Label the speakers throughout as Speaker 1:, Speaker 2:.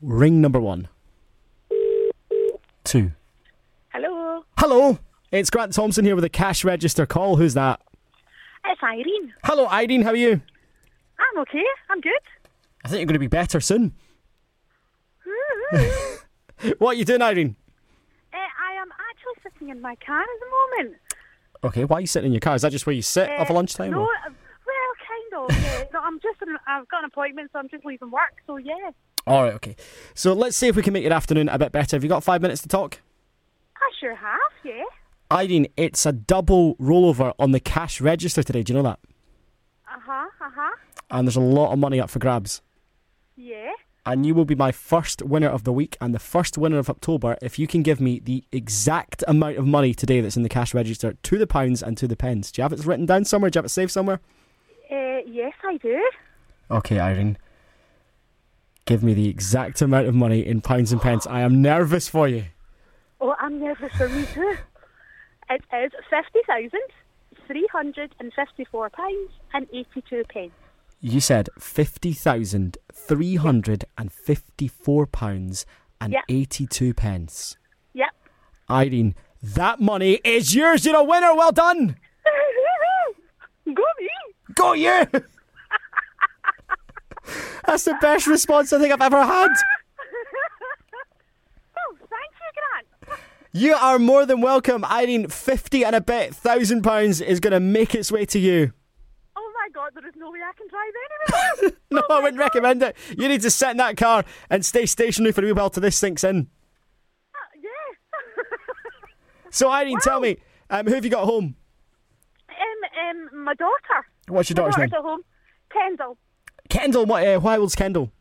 Speaker 1: Ring number one. Two.
Speaker 2: Hello,
Speaker 1: Hello, it's Grant Thompson here with a cash register call. Who's that?
Speaker 2: it's Irene.
Speaker 1: Hello, Irene, how are you?
Speaker 2: I'm okay. I'm good.
Speaker 1: I think you're going to be better soon. what are you doing, Irene?
Speaker 2: Uh, Eh, I am actually sitting in my car at the moment.
Speaker 1: Okay, why are you sitting in your car? Is that just where you sit
Speaker 2: Uh,
Speaker 1: over lunchtime?
Speaker 2: No,
Speaker 1: or-
Speaker 2: uh, well, kind of. yeah. no, I'm just. In, I've got an appointment, so I'm just leaving work. So yeah,
Speaker 1: All right, okay. So let's see if we can make your afternoon a bit better. Have you got five minutes to talk?
Speaker 2: I sure have. Yeah.
Speaker 1: Irene, it's a double rollover on the cash register today. Do you know that?
Speaker 2: Uh huh. Uh huh.
Speaker 1: And there's a lot of money up for grabs.
Speaker 2: Yeah.
Speaker 1: And you will be my first winner of the week and the first winner of October if you can give me the exact amount of money today that's in the cash register to the pounds and to the pence. Do you have it written down somewhere? Do you have it saved somewhere?
Speaker 2: Uh, yes, I do.
Speaker 1: Okay, Irene. Give me the exact amount of money in pounds and pence. I am nervous for you.
Speaker 2: Oh, I'm nervous for me too. It is fifty thousand three hundred and fifty-four pounds and eighty-two pence.
Speaker 1: You said fifty thousand three hundred and fifty-four pounds and
Speaker 2: Yeah.
Speaker 1: eighty-two pence.
Speaker 2: Yep.
Speaker 1: Irene, that money is yours. You're a winner. Well done.
Speaker 2: Go me.
Speaker 1: Go you. That's the best response I think I've ever had.
Speaker 2: Oh, thank you, Grant.
Speaker 1: You are more than welcome, Irene. Fifty and a bit thousand pounds is going to make its way to you.
Speaker 2: Oh my God, there is no way I can drive anywhere.
Speaker 1: No, I wouldn't recommend it. You need to sit in that car and stay stationary for a wee while till this sinks in.
Speaker 2: Uh, yeah.
Speaker 1: So, Irene, tell me, um, who have you got at home?
Speaker 2: um, um, my daughter.
Speaker 1: What's your
Speaker 2: My
Speaker 1: daughter's name?
Speaker 2: at home. Kendall.
Speaker 1: Kendall, what, uh, how old's Kendall?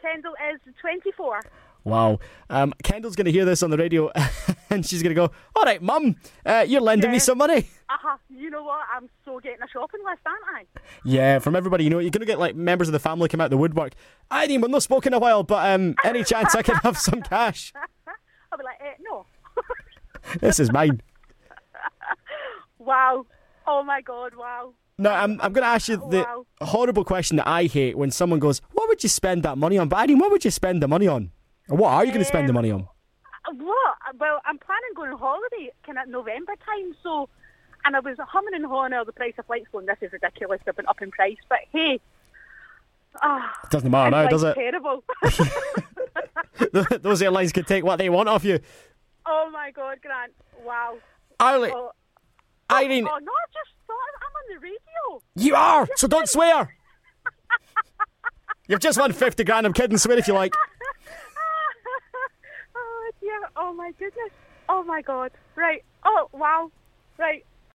Speaker 2: Kendall is 24.
Speaker 1: Wow. Um, Kendall's going to hear this on the radio and she's going to go, All right, mum, uh, you're lending me
Speaker 2: Yeah.
Speaker 1: some money.
Speaker 2: Aha, Uh-huh. you know what? I'm so getting a shopping list, aren't I?
Speaker 1: Yeah, from everybody you know, you're going to get like members of the family come out of the woodwork. Irene, we've not spoken in a while, but um, any chance I can have some cash?
Speaker 2: I'll be like, eh, no.
Speaker 1: This is mine.
Speaker 2: Wow. Oh my God, wow.
Speaker 1: No, I'm, I'm going to ask you the
Speaker 2: Wow.
Speaker 1: horrible question that I hate when someone goes, What would you spend that money on? But Irene, what would you spend the money on? Or what are you going to spend the
Speaker 2: Um,
Speaker 1: money on?
Speaker 2: Uh, What? Well, I'm planning going on holiday kind of November time, so. And I was humming and hawing over the price of flights going, this is ridiculous, they've been up in price. But hey,
Speaker 1: It doesn't matter now,
Speaker 2: it's
Speaker 1: does
Speaker 2: like
Speaker 1: it?
Speaker 2: terrible.
Speaker 1: Those airlines can take what they want off you.
Speaker 2: oh my God, Grant. Wow.
Speaker 1: Irene,
Speaker 2: Oh.
Speaker 1: Irene,
Speaker 2: Oh, no, I just thought I'm on the radio.
Speaker 1: you are, so don't swear. You've just won 50 grand. I'm kidding. Swear if you like.
Speaker 2: oh dear. Oh my goodness. Oh my god. Right. Oh wow. Right.